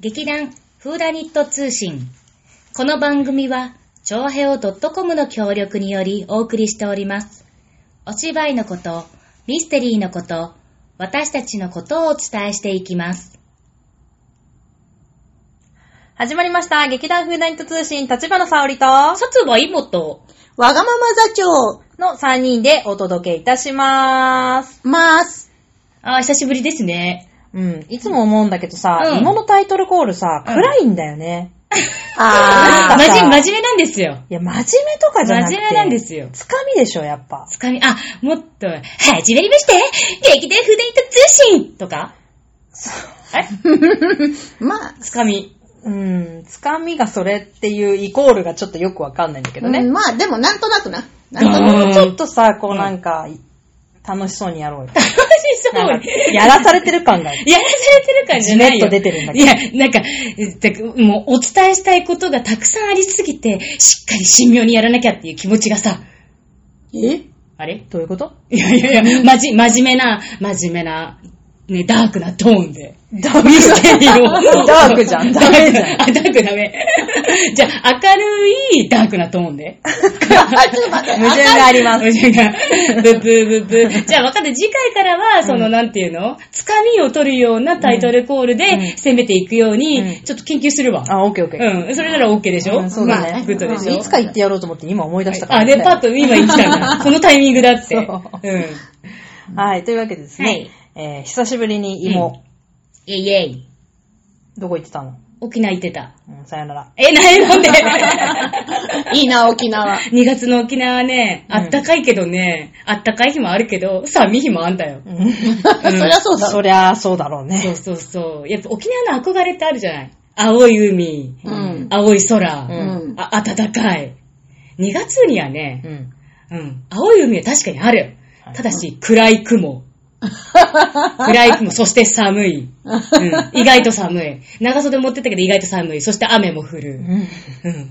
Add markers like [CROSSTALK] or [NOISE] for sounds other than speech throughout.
劇団フーダニット通信。この番組は、ちょうへお .com の協力によりお送りしております。お芝居のこと、ミステリーのこと、私たちのことをお伝えしていきます。始まりました。劇団フーダイット通信、立花沙織と、つばいもと、わがまま座長、の3人でお届けいたします。ます。あー、久しぶりですね。うん。いつも思うんだけどさ、うん芋のタイトルコールさ、うん暗いんだよね。真あーあ面目真面目なんですよ。いや、真面目とかじゃなく真て。面目なんですよ。つかみでしょ、やっぱ。つかみ、あ、もっと、はじめまして劇団フーダニット通信とかー、まあ、つかみ。うん。つかみがそれっていうイコールがちょっとよくわかんないんだけどうんね。まあ、でもなんとな [LAUGHS] くな。なんとうなも [LAUGHS] んうちょっとさ、こうなんか、楽しそうにやろうよ。 [LAUGHS] 楽しそなんうか。やらされてる感 [LAUGHS] がある。やらされてる感じゃないよ。じめっと出てるんだいけどや、なんか、だからもうお伝えしたいことがたくさんありすぎて、しっかり神妙にやらなきゃっていう気持ちがさ、く。えあれどういうこといやいやいや、まじ、真面目な、真面目な、ね、ダークなトーンで。 [LAUGHS] ダーミステリーを。ダークじゃんダメじゃんあ、ダークダメ。じゃあ、明るいダークなトーンで。あ、ちょっと待って。矛盾があります。じゃあブブーブブー。じゃあ分かった。次回からは、その、なんていうのつかみを取るようなタイトルコールでうん攻めていくように、うんちょっと研究するわ。あ、オッケーオッケー。うん。それなら OK でしょ、うんそうだねまあグッドでしうょんいつか言ってやろうと思って今思い出したから、あ、で、パッと今言ってたん [LAUGHS] だ。このタイミングだって。そううん。はい、というわけでですね、えー久しぶりに芋、イェイイェイ。どこ行ってたの、沖縄行ってた。うん、さよなら。え、ないなんで [LAUGHS] いいな、沖縄。 ?2 月の沖縄はね、うんあったかいけどね、あったかい日もあるけど、寒い日もあんだよ。そりゃそうだろ。そりゃそうだろうそうね。そうそう。やっぱ沖縄の憧れってあるじゃない青い海、うん。青い空、ううん。あ暖かい。2月にはうね、ん。うん、青い海は確かにある。ただし、暗い [LAUGHS] 雲。暗い雲、そして寒 [LAUGHS] い、うん。意外と寒い。長袖持ってったけど意外と寒い。そして雨も降うる。ん。うん。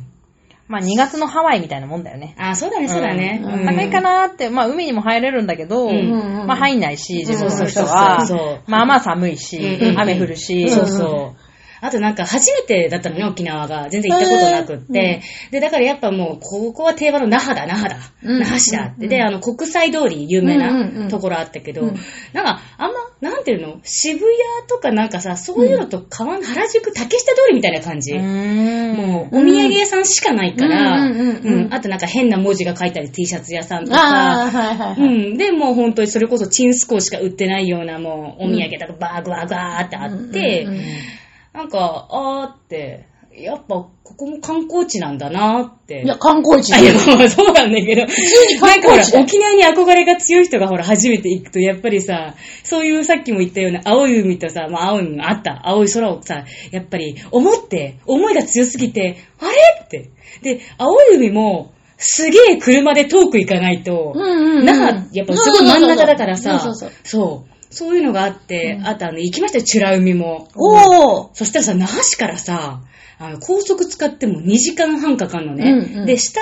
まあ2月のハワイみたいなもんだよね。あ、そうだね、そうだね。ううんん高いかなーって、まあ海にも入れるんだけうど、んうんまあ入んないし、自分の人うはんそうそうそうそう、まあまあ寒いし、うん雨降るし、そうそう。あとなんか初めてだったのね、沖縄が。全然行ったことなくって。で、だからやっぱもう、ここは定番の那覇だ、那覇だ。うん那覇市だって。で、あの、国際通り有名うんうんうなんところあったけど、うんなんか、あんま、なんていうの渋谷とかなんかさ、そういうのと変わん、原宿、竹下通りみたいな感じ。うーん。もう、お土産屋さんしかないから、うんうんうんうんあとなんか変な文字が書いてある T シャツ屋さんとあかあ、、はいはいうはい。ん。で、もう本当にそれこそチンスコーしか売ってないようなもうお土産とかバーグワーグワーってあって、うんうんうんなんか、あーって、やっぱここも観光地なんだなーって。[LAUGHS] いや、観光地あいや、まあそうなんだけど。に観なん光地だよかほら沖縄に憧れが強い人がほら、初めて行くと、やっぱりさ、そういうさっきも言ったような青い海とさ、まあ青い海もあった、青い空をさ、やっぱり思って、思いが強すぎて、あれって。で、青い海も、すげえ車で遠く行かないと、うんうんうん那覇、やっぱすごい真ん中だからさ、そうそうそうそう。そういうのがあって、あとあの、行きましたよ、チュラ海も。おー。そしたらさ、那覇市からさ、あの高速使っても2時間半かかるのね。うんうんで、下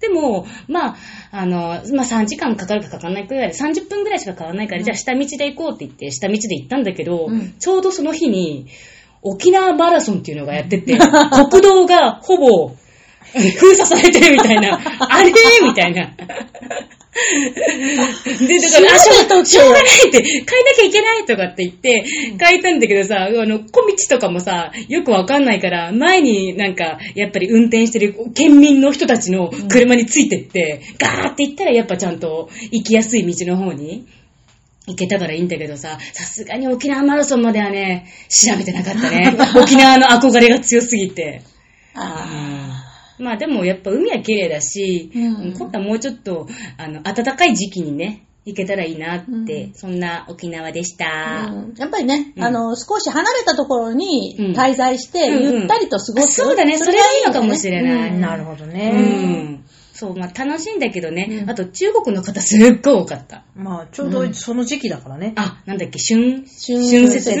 でも、まあ、あの、まあ3時間かかるかかかんないくらいで、30分くらいしかかからないから、じゃあ下道で行こうって言って、下道で行ったんだけど、うんちょうどその日に、沖縄マラソンっていうのがやって [LAUGHS] て、国道がほぼえ封鎖されてるみたいな、あれみたいな。で、だから、あ、しょうがしょうがないって、変えなきゃいけないとかって言って、変えたんだけどさ、あの、小道とかもさ、よくわかんないから、前になんか、やっぱり運転してる県民の人たちの車についてって、ガーって行ったらやっぱちゃんと行きやすい道の方に行けたからいいんだけどさ、さすがに沖縄マラソンまではね、調べてなかったね。沖縄の憧れが強すぎて。あまあでもやっぱ海は綺麗だし、うん今度はもうちょっと、あの、暖かい時期にね、行けたらいいなって、うそんな沖縄でした。ーうんやっぱりね、うんあの、少し離れたところに滞在して、うんうんゆったりと過ごあす。そうだね、それがいいのかもれしれない。うんなるほどうね。ん。そう、まあ楽しいんだけどね、うんあと中国の方すっごい多かった。まあちょうどその時期だからね。あ、なんだっけ、春、春節。春節春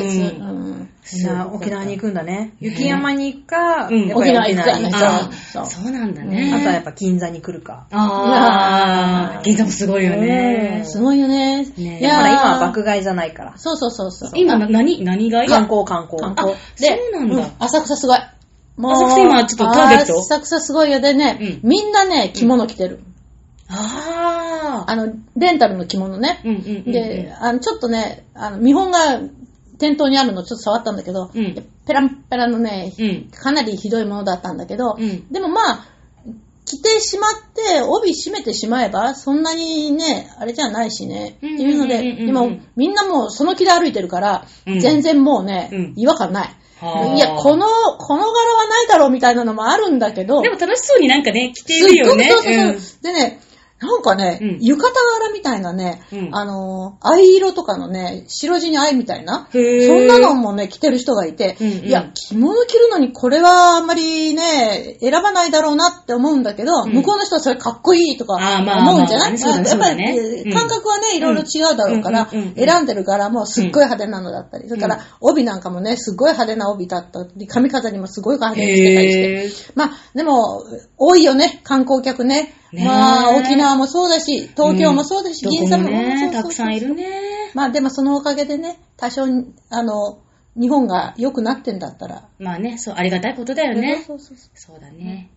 ううんみんな沖縄に行くんだね。雪山に行くか、うんやっぱり沖縄行くかね沖そうあそうあ、そうなんだ縄ね。あとはやっぱ銀座に来るか。ああ、銀座もすごいよね。すごいよね。ねいだかやーら今は爆買いじゃないから。そうそうそうそう。今、な何、何がい観光観光。観あ光、そでうなんだ。浅草すごい。もう浅草今ちょっとターゲット浅草すごいよ。でね、うみんなね、着物着てる。ああ。あの、レンタルの着物ね。うんうんうんうん。で、あの、ちょっとね、あの、見本が店頭にあるのちょっと触ったんだけど、うんペランペラのね、うん。かなりひどいものだったんだけど、うんでもまあ、着てしまって、帯締めてしまえば、そんなにね、あれじゃないしね、ってうんいうのうんうんうんで、うん今、みんなもうその気で歩いてるから、うん全然もうね、うん違和感ない。はあいや、この、この柄はないだろうみたいなのもあるんだけど、でも楽しそうになんかね、着てするっごよくね。そうそうそう。でね、なんかね、うん浴衣柄みたいなね、うんあのー、藍色とかのね、白地に藍みたいな、そへーんなのもね、着てる人がいて、うんうんいや、着物着るのにこれはあんまりね、選ばないだろうなって思うんだけど、うん向こうの人はそれかっこいいとかあーまあまあ思うんじゃない、まあそうだねやっぱそうだねり、うん感覚はね、いろいろ違うだろうから、うんうんうんうん選んでる柄もすっごい派手なのだったり、それから帯なんかもね、すっごい派手な帯だったり、髪飾りもすごい派手にしてたりして、へーまあ、でも、多いよね、観光客ね。ねえまあ、沖縄もそうだし、東京もそうだし、どこ銀座もね、そうそうそうたくさんいるね。まあ、でもそのおかげでね、多少、あの、日本が良くなってんだったら。まあね、そう、ありがたいことだよね。そうそうそうそうだね。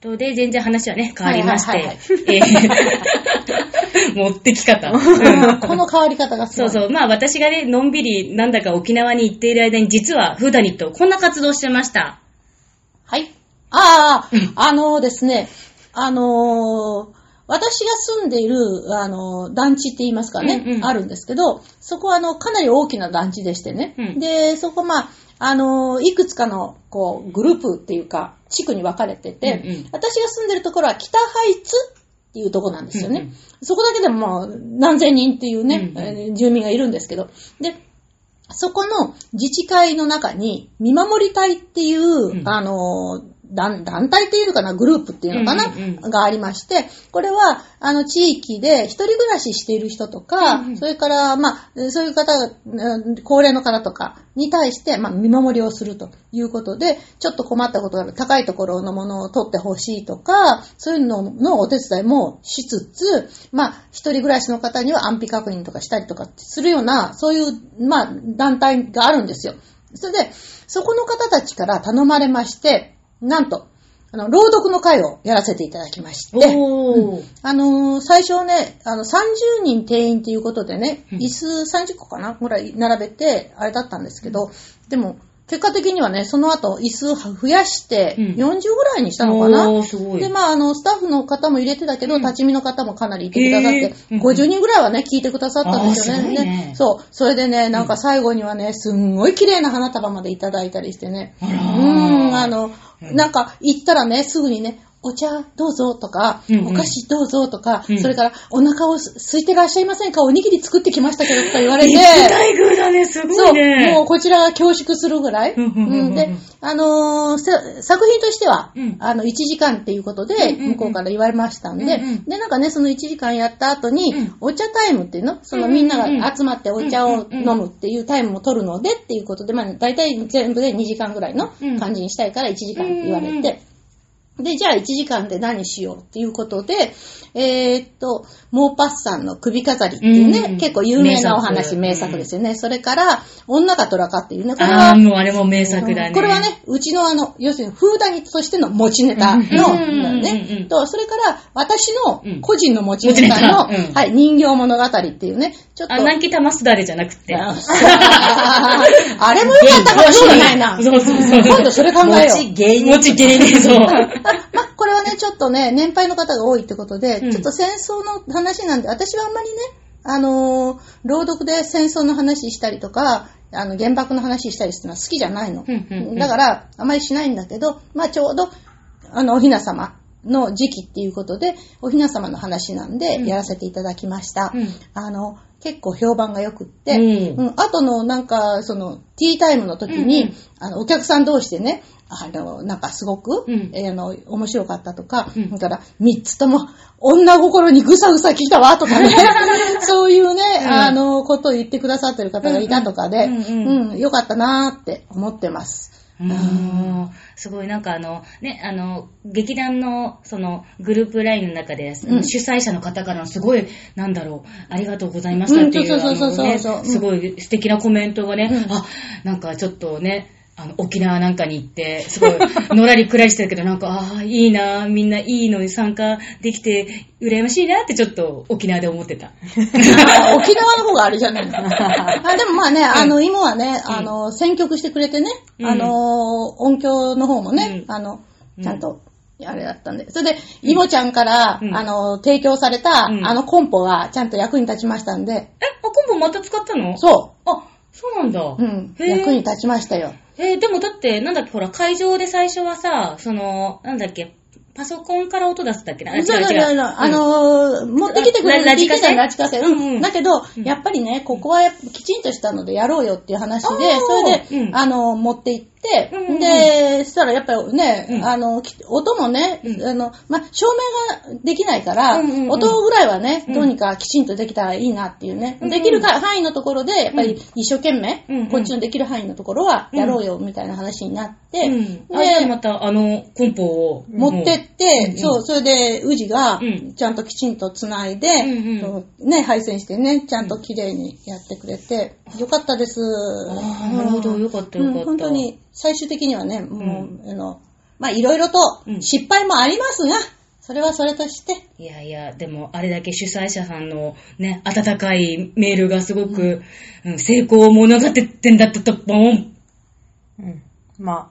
とで、全然話はね、変わりましはいはいて。えー [LAUGHS] 持ってき [LAUGHS] 方。うんこの変わり方がすそごい。うそう。まあ私がね、のんびりなんだか沖縄に行っている間に、実はフーダニット、こんな活動してました。はい。ああ、あのですね、あのー私が住んでいる、あのー団地って言いますかね、うんうんあるんですけど、そこは、あの、かなり大きな団地でしてね。うんで、そこ、まあ、あのーいくつかの、こう、グループっていうか、地区に分かれてて、うんうん私が住んでるところは北ハイツっていうところなんですよね。うんうんそこだけでも、何千人っていうね、うんうんえー住民がいるんですけど、で、そこの自治会の中に、見守り隊っていう、うんあの、団団体っていうのかな、グループっていうのかな、うんうんうんがありまして、これは、あの、地域で一人暮らししている人とか、うんうんそれから、まあ、そういう方が、うん高齢の方とかに対して、まあ、見守りをするということで、ちょっと困ったことがある、高いところのものを取ってほしいとか、そういうののお手伝いもしつつ、まあ、一人暮らしの方には安否確認とかしたりとかするような、そういう、まあ、団体があるんですよ。それで、そこの方たちから頼まれまして、なんと、あの、朗読の会をやらせていただきまして、おー。あのー最初ね、あの、30人定員ということでね、うん椅子30個かなぐらい並べて、あれだったんですけど、でも、結果的にはね、その後、椅子は増やして、うん40ぐらいにしたのかな、おー、すごい。で、まあ、あの、スタッフの方も入れてたけど、うん立ち見の方もかなりいてくださっへてー、うん50人ぐらいはね、聞いてくださったんですよね。あーすごいねでそう。それでね、なんか最後にはね、すんごい綺麗な花束までいただいたりしてね。あらうーん、あの、うんなんか行ったらね、すぐにね、お茶どうぞとか、うんうんお菓子どうぞとか、うんそれからお腹をす空いてらっしゃいませんかおにぎり作ってきましたけどとか言われ [LAUGHS] て。大宮だね、すごいね。そう、もうこちらが恐縮するぐらい。うんうんうんうんうんで、あのーせ作品としては、うんあの、1時間っていうことで、うんうんうん向こうから言われましたんで、うんうんで、なんかね、その1時間やった後に、うんお茶タイムっていうのそのうんうんうみんんなが集まってお茶を飲むっていうタイムを取るのでっていうことで、まあ、大体全部で2時間ぐらいの感じにしたいから1時間って言わうんうれんうて、んで、じゃあ1時間で何しようっていうことで、えーっと、モーパッサンの首飾りっていうね、うんうん結構有名なお話、名名作作ですよね。それから、女か虎かっていうね、これあは、ー、もうあれも名作だね。これは、ね、うちのあの、要するに、フーダニットとしての持ちネタの、うんうんうんね、と、それから、私うんの個人の持ちネ持ちタの、ネタうんはい、人形物語っていうね、ちょっと、あ、南紀玉すだれじゃなくて。 [LAUGHS] あそうあれもよかったかもしれないな。そうそうそう。今度それ考えよう。餅芸人。もち芸人、そう。まあ、これはね、ちょっとね、年配の方が多いってことで、うんちょっと戦争の話なんで、私はあんまりね、あのー朗読で戦争の話したりとか、あの、原爆の話したりするのは好きじゃないの。うんうんうんだから、あまりしないんだけど、まあ、ちょうど、あの、おひな様の時期っていうことで、おひな様の話なんうで、んやらせていただきました。うんあの、結構評判が良くって、うんうん、あとの、なんか、その、ティータイムの時に、うんうんあの、お客さん同士でね、あの、なんかすごく、うんえーあの、面白かったとか、うんだから、三つとも、女心にぐさぐさ来たわ、[LAUGHS] とかね、そういうね、うんあの、ことを言ってくださってる方がいたとかで、ううんん、ううんんよかったなーって思ってます。うんすごい、なんかあの、ね、あの、劇団の、その、グループラインの中で、うん主催者の方からのすごい、なんだろう、ありがとうございましたっていう、うんそうそうそうそうあのねそうそううんすごい素敵なコメントがね、うんあ、なんかちょっとね、あの、沖縄なんかに行って、すごい、のらりくらりしてたけど、なんか、ああ、いいな、みんないいのに参加できて、羨ましいなってちょっと沖縄で思ってた。あ [LAUGHS] 沖縄の方があれじゃないの [LAUGHS] あでもまあね、あの、今はね、あの、選曲してくれてね、うんあの、音響の方もね、うんあのう、んちゃんと、あれだったんで。それで、イモちゃんから、うんあの、提供された、うんあのコンポがちゃんと役に立ちましたんで、え、あ、コンボまた使ったのう。そあ、そうなんだ。う、うん、へー役に立ちましたよ。えーでもだって、なんだっけ、ほら、会場で最初はさ、その、なんだっけ、パソコンから音出すだっけな。あ違うそうそう違そうう。そうあのー、持ってきてくれるって言ってたのララジジカカセセ。うんううんん。だけど、うんやっぱりね、ここはやっぱきちんとしたのでやろうよっていう話あーで、それでう、んあのー、持って行ってうんうんうん、で、そしたらやっぱりうねん、あの、き音もねう、んあの、ま、照明ができないからうんうんうん、音ぐらいはねうん、どうにかきちんとできたらいいなっていうね。うんうんできるか範囲のところで、やっぱり一生懸命うんうん、こっちのできる範囲のところはやろうよみたいな話になって、うん。あ、じゃあまた、あの、コンポを。持ってっうて、んそう、それで、宇治がうん、ちゃんときちんと繋いで、んうんそうね、配線してね、ちゃんと綺麗にやってくれて、よかったです。あーなるほどよかったよかったうん本当に、最終的にはね、もう、うあの、まあ、いろいろとうん、失敗もありますが、それはそれとして、いやいや、でも、あれだけ主催者さんのね、温かいメールがすごく、うん成功を物語ってんだったと、ボンうん。まあ、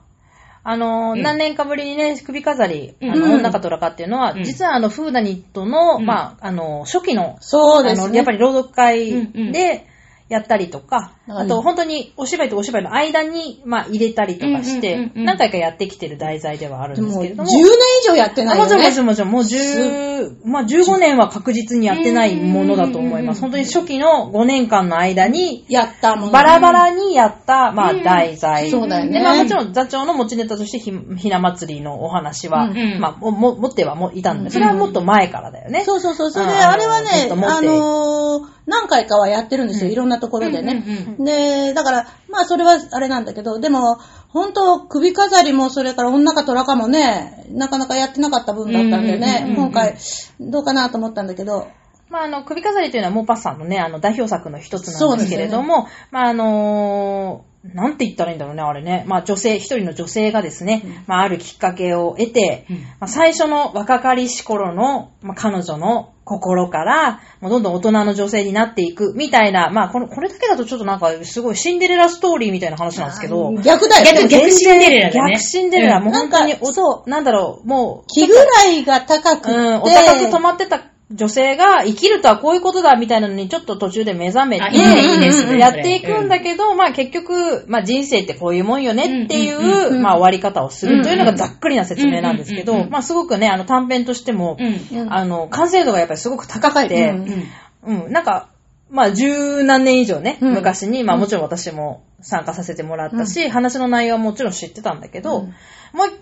あのうーん何年かぶりにね、首飾り、あの、うん女か虎かっていうのは、うん実はあの、フーダニットの、うんまあ、あの、初期の、そうですあの、ね。やっぱり朗読会うんうんでやったりとか、うんあと、本当にお芝居とお芝居の間に、まあ、入れたりとかして、うんうんうんうん何回かやってきてる題材ではあるでんですも、け10れど年も。以上やってないあもよちろんもちね。ろんもちろん、もう10、まあ15年は確実にやってないものだと思います。うん本当に初期の5年間の間に、やったもの。バラバラにやった、まあ、うん題材。そうだよねでまあ、もちろん座長の持ちネタとしてひ、ひな祭りのお話は、うんまあ、も、も、持ってはもいたんで、それはもっと前からだよね。そうそうそう。それで、あーあれはずっね、と持っあてのー、何回かはやってるんですよ。うんいろんなところでうんうんね。で、だから、まあそれはあれなんだけど、でも、本当首飾りもそれから女か虎かもね、なかなかやってなかった分だったんうんうんでうんうねん、今回、どうかなと思ったんだけど、まあ、あの、首飾りというのはモーパッサンのね、あの、代表作の一つなんですけれども、まあ、あのーなんて言ったらいいんだろうね、あれね。まあ、女性、一人の女性がですね、まあ、あるきっかけを得て、うんまあ、最初の若かりし頃の、まあ、彼女の心から、もうどんどん大人の女性になっていく、みたいな、まあ、この、これだけだとちょっとなんか、すごいシンデレラストーリーみたいな話なんですけど、逆だよ逆ね。逆シンデレラだね。逆シンデレラ、うんもう本当になんかお、なんだろう、もう、気ぐらいが高くて、うん、お高く止まってた女性が生きるとはこういうことだみたいなのにちょっと途中で目覚めあいいねて、いいねうんやっていくんだけど、まあ結局、まあ人生ってこういうもんよねっていうんうんうう、んまあ終わり方をするというのうがんざっくりな説明なんですけうんうんどう、んまあすごくね、あの短編としてもう、ん。うんあの、完成度がやっぱりすごく高くて、高いうん。うん、なんか、まあ、十何年以上ね、うん昔に、まあ、もちろん私も参加させてもらったし、話の内容はもちろん知ってたんだけど、うんもう、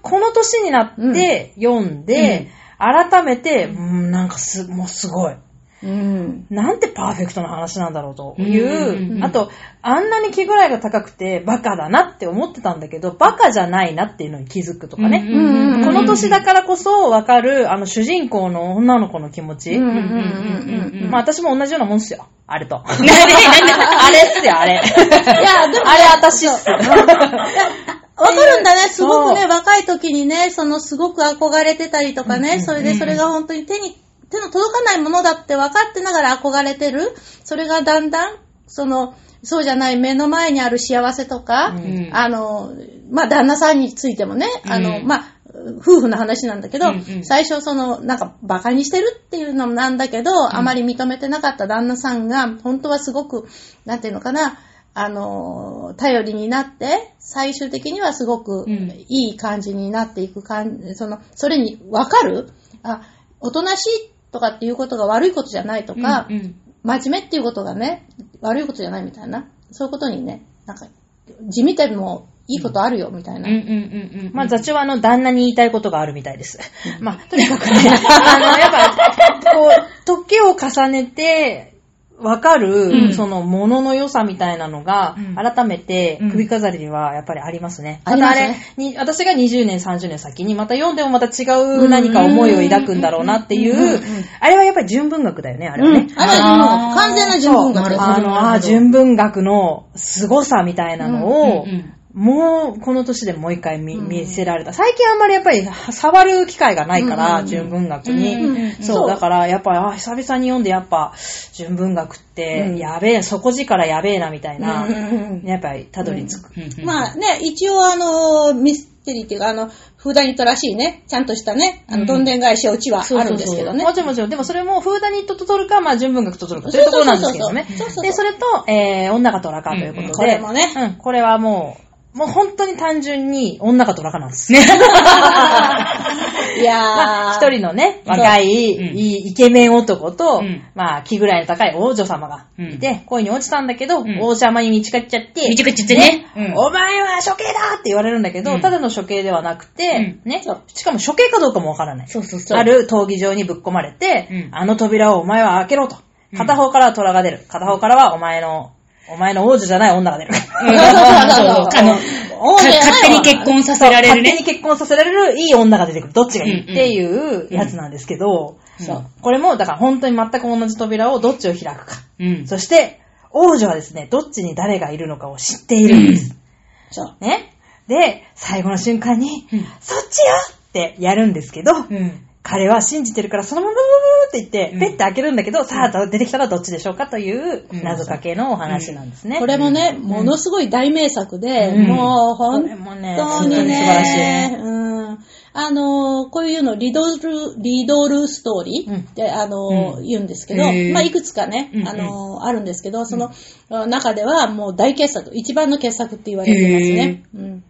この年になって読んで、改めて、うん、なんかす、もうすごい。うん。なんてパーフェクトな話なんだろうという、うんうんうんあと、あんなに気ぐらいが高くて、バカだなって思ってたんだけど、バカじゃないなっていうのに気づくとかね。うんこの年だからこそわかる、あの、主人公の女の子の気持ち。うんうんうんうんうんまあ私も同じようなもんっすよ。あれと。 [LAUGHS] あなんでなんでれっすよ、あれ。いや、でも、あれ私っす。わかるんだね、すごくそね、う若い時にね、そのすごく憧れてたりとかね、うんうんうんそれでそれが本当に手に、手の届かないものだって分かってながら憧れてる、それがだんだん、その、そうじゃない目の前にある幸せとか、うんあの、まあ、旦那さんについてもね、あの、うんまあ、夫婦の話なんだけど、うんうん最初その、なんか、馬鹿にしてるっていうのもなんだけど、あまり認めてなかった旦那さんが、本当はすごく、なんていうのかな、あの、頼りになって、最終的にはすごくうんいい感じになっていく感じ、その、それに分かるあ、おとなしいとかっていうことが悪いことじゃないとか、うんうん真面目っていうことがね、悪いことじゃないみたいな、そういうことにね、なんか、地味でもいいことあるよ、みたいうんな。うんうんうん。まあ、座長は、あの、旦那に言いたいことがあるみたいです。まあ、とに [LAUGHS] かくね、あの、やっぱ、こう、時を重ねて、わかる、うんその、ものの良さみたいなのがうん、改めてうん、首飾りには、やっぱりありますね。ありますねたあれに、私が20年、30年先に、また読んでもまた違う何か思いを抱くんだろうなっていうんうんうんううんうん、あれはやっぱり純文学だよね、あれはね。あれはもう完全な純文そう学です。あの、あー純文学の凄さみたいなのを、うんうんもう、この年でもう一回見うん見せられた。最近あんまりやっぱりは触る機会がないかうんうんら、うん純文学うんうんうんに。そそうう、だからやっぱ、あー久々に読んでやっぱ、純文学っうんて、やべえ、底力やべえなみたいな、うんうんうんやっぱりたどり着く。うんうんまあね、一応あの、ミステリーっていうか、あの、フーダニットらしいね、ちゃんとしたね、あうの、んどんでん返しはうちはそうあそうそうるんですけどねも。ちろんもちろん。でもそれも、フーダニットと取るか、まあ、純文学と取るかとそいううとこそうろそなうんでそすけどねうそうそうそう。で、それと、えー、女か虎かということで、うんこれもねうん、これはもう、もう本当に単純に女か虎かなんです。いやまー。 [LAUGHS] あ、一人のね、若い、いうんいイケメン男と、うんまあ、気ぐらいの高い王女様がいて、恋に落ちたんだけど、ん王様に見つかっちゃって、見つかっちゃってねうんお前は処刑だって言われるんだけど、うんただの処刑ではなくて、ね、しかも処刑かどうかもわからない。そうそうそう。ある闘技場にぶっ込まれて、うんあの扉をお前は開けろと。うん片方からは虎が出る。片方からはお前の、お前の王女じゃない女が [LAUGHS] 出る。うん。そうそうそう。あの、王かじゃないわ勝手に結婚させられる勝手ね。に結婚させられるいい女が出てくる。どっちがいいっていうやつなんですけど、うんそうこれも、だから本当に全く同じ扉をどっちを開くか。うん。そして、王女はですね、どっちに誰がいるのかを知っているんです。そう。ね。で、最後の瞬間に、うんそっちよってやるんですけど、うん。彼は信じてるから、そのままブブブブって言って、うんペッて開けるんだけど、さあ、出てきたらどっちでしょうかといううん謎かけのお話なんですね。これもね、ものすごい大名作で、うんもうこ本れもね、当本に当に素晴らしい。ね、うん、あのー、こういうのリドル、リドルストーリーって、あのーう言うんですけど、へーまあ、いくつかねうんう、んあのーあるんですけど、そのあ中ではもう大傑作、一番の傑作って言われてますね。うん。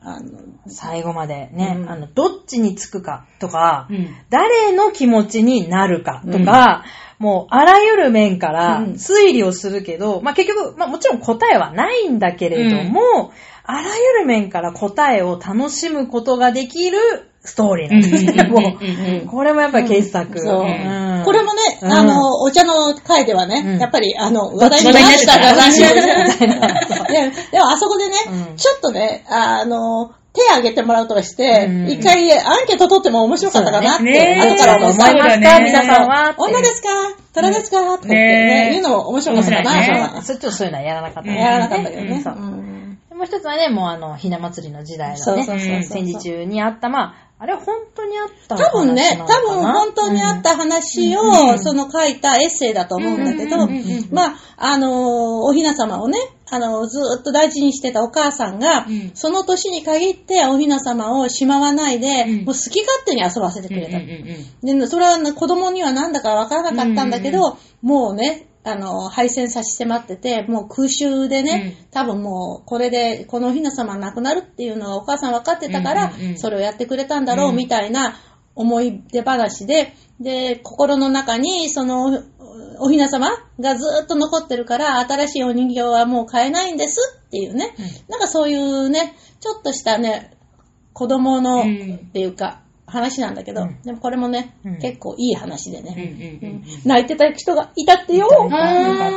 あの、最後までね、うんあの、どっちにつくかとか、うん誰の気持ちになるかとか、もうあらゆる面からうん推理をするけど、まあ結局、まあもちろん答えはないんだけれども、あらゆる面から答えを楽しむことができるストーリーなんですね。うんうんうんもうんうう、これもやっぱり傑作。そううんこれもね、うんあの、お茶の会ではね、うんやっぱり、あの、話題に話な題にっなてってたたらしいよね話題になってた [LAUGHS] ででも、あそこでね、うんちょっとね、あの、手挙げてもらうとかしてう、ん一回アンケート取っても面白かったかなって、そうだね後から思っねえた。思いますか皆さんはって女ですか虎ですかとか言ってねね、え言うのも面白かったかな、面そ白ういねだなそっちをそういうのはやらなかった、うんやらなかったけどね。そううんもう一つはね、もうあの、ひな祭りの時代そうのね、そうそうそう戦時中にあった、まあ、あれは本当にあった多分ね、多分本当にあたった話を、その書いたエッセイだと思うんだけど、うんうんうんうんまあ、あのーおひな様をね、あのーずーっと大事にしてたお母さんが、うんその年に限っておひな様をしまわないで、うんもう好き勝手に遊ばせてくれた。んで、それはね子供にはなんだかわからなかったんだけど、うんうもうね、あの、敗戦差し迫ってて、もう空襲でね、多分もう、これで、このおひな様亡くなるっていうのはお母さん分かってたから、うんうんうんそれをやってくれたんだろう、うんみたいな思い出話で、で、心の中に、その、おひな様がずっと残ってるから、新しいお人形はもう買えないんですっていうね、なんかそういうね、ちょっとしたね、子供の、うんっていうか、話なんだけど、うんでもこれもね、うん結構いい話でうんうね、うんん泣いてた人がいたってよ、うん。あ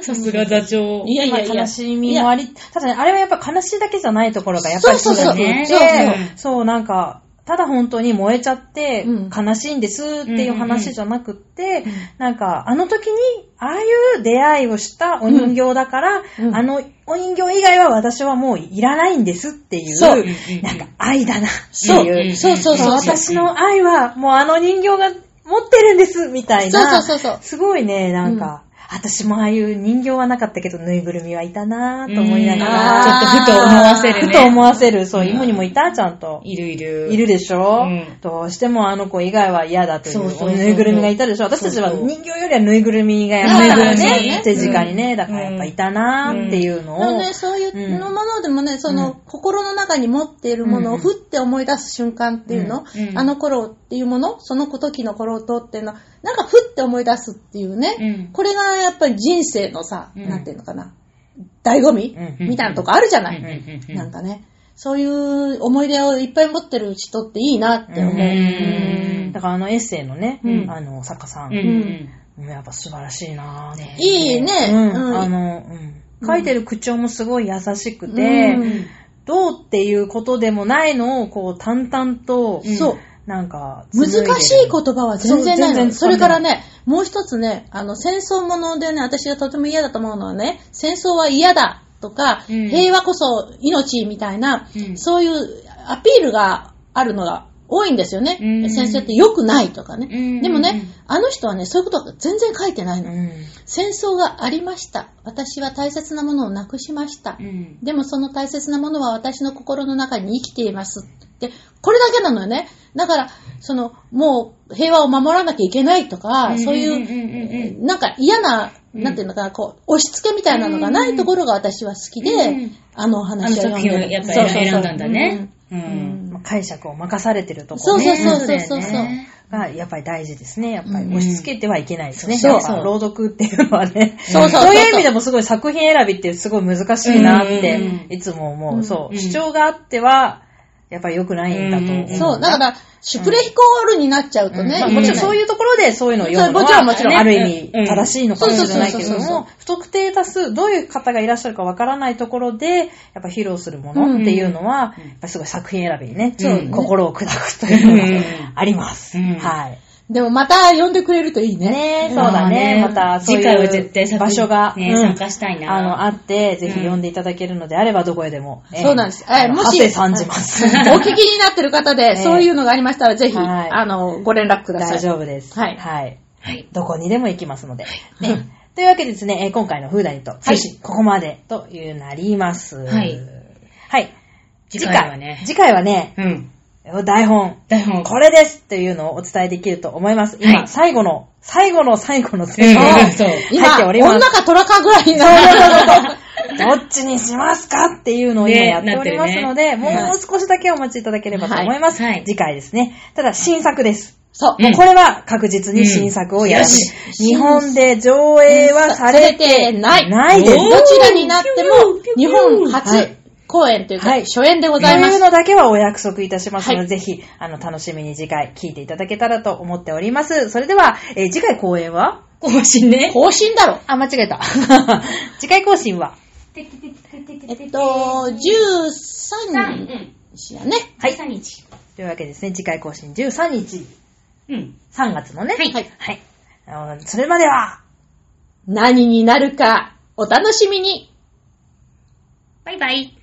ー、さすが座長。いやいやいや。悲しみもあり、ただね、あれはやっぱ悲しいだけじゃないところがやっぱそうりそうそうすごくねそうそうそう、なんか、ただ本当に燃えちゃってうん悲しいんですっていう話じゃなくってうんうん、なんか、あの時に、ああいう出会いをしたお人形だからうんう、んあのお人形以外は私はもういらないんですっていそうう、なんか愛だなってそういう。そうそうそうそう。私の愛はもうあの人形が持ってるんですみたいな。そうそうそうそうすごいね、なんか、私もああいう人形はなかったけど、ぬいぐるみはいたなぁと思いながうんら、ちょっとふと思わせるねふと思わせる。そう、芋にもいたちゃんと。いるいる。いるでしょ、うんどうしてもあの子以外は嫌だというそうそうそうそうぬいぐるみがいたでしょ私たちはそうそう人形よりはぬいぐるみがやっぱぬいぐりるみがねね、手近にね、だからやっぱいたなーっていうのなのを、で、そういうのものでもね、そうの、心の中に持っているものうをんふって思い出す瞬間っていうの、うんうんあの頃っていうもの、その時の頃とっていうの、なんかふって思い出すっていうね、うんこれがやっぱり人生のさ、うんなんていうのかな、醍醐味、うんみたいなとこあるじゃない、うんうんうんなんかね、そういう思い出をいっぱい持ってる人っていいなって思う。うんうんだからあのエッセイのね、うんあの作家さん、うんうんやっぱ素晴らしいなーって。いいね、うんうんあの、うん書いてる口調もすごい優しくて、うんどうっていうことでもないのをこう淡々と、うんそう。なんか紡難いしでる、い言葉は全然ないそう全然の。つかそめないれからね、もう一つね、あの、戦争ものでね、私がとても嫌だと思うのはね、戦争は嫌だとか、うん平和こそ命みたいな、うんそういうアピールがあるのが多いんですよね。うん戦争って良くないとかね。うんでもね、あの人はね、そういうことが全然書いてないの。うん戦争がありました。私は大切なものをなくしました。うんでもその大切なものは私の心の中に生きていますって、これだけなのよね。だから、その、もう平和を守らなきゃいけないとうんか、そううんうんうんいう、なんか嫌な、なんていうのかな、こう、押し付けみたいなのがないところが私は好きうでん、あのおあの話を作読品をんでる。やっぱそうりそうそう選んだんだね。う。うんんまあ解釈を任されてるとこそろ、うね、そうそうねそうそうそうそだようね。がやっぱり大事ですね。やっぱりうん押し付けてはいけないですね。そうやっぱそう朗読っていうのはね。そうそうそういう意味でもすごい作品選びってすごい難しいなっうんうんてう、んいつも思う。そうう。ん主張があっては、やっぱり良くないんだと思う。うんそう、だから、シュプレヒコールになっちゃうとね、まあもちろんそうう。いうところでそういうのを読むのは、そうもちろんもちろんねある意味うん正しいのかもしれないけれどそうそうそうも、不特定多数、どういう方がいらっしゃるかわからないところで、やっぱ披露するものっていうのは、やっぱりすごい作品選びにね、そうね心を砕くというのうんがあります。うんはい。でもまた呼んでくれるといいね。ねそうだね。また、そういう次回は絶対作場所が、ねうん参加したいなあの、あって、ぜひ呼んでいただけるのであれば、どこへでも。えーそうなんです。あえのもし、汗さんじます。お聞きになってる方えで、そういうのがありましたら、ぜひ、はいあの、ご連絡ください。 [LAUGHS] 大丈夫です。はいはい。はい。どこにでも行きますので。ね。 [LAUGHS] というわけでですね、えー今回のフーダニット、はい通信ここまでというなります。はい。はい。次回はね。次回はね、うん。台本。台本。これですというのをお伝えできると思います。今、はい最後の、最後の最後のうん最後うんそう入っております今、女か虎かぐらいになどっちにしますかっていうのを今ねやっておりますのなで、ってるねもう少しだけお待ちいただければと思います。はいはい次回ですね。ただ、新作です。そう。うんもうこれは確実に新作をやらせてうんよし日本で上映はされてない。ないです。おーどちらになってもピュ、ピュピュ日ピュ本は初い公演というか、はい初演でごとざいまいうす。のだけはお約束いたしますので、はいぜひ、あの、楽しみに次回聞いていただけたらと思っております。それでは、えー次回公演は更新ね。更新だろ。あ、間違えた。 [LAUGHS] 次回更新はえっと、13日だね。はい。3日。というわけですね、次回更新13日、うん。 3月のね。はいはい。はい。あのそれまでは、何になるか、お楽しみに。バイバイ。